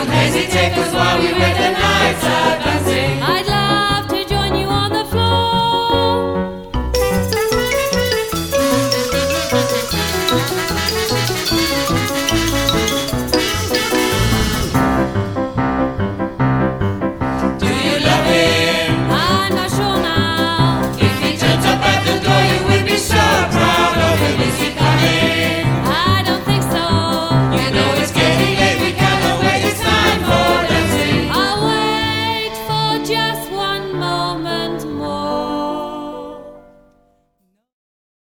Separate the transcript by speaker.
Speaker 1: take us while we wait.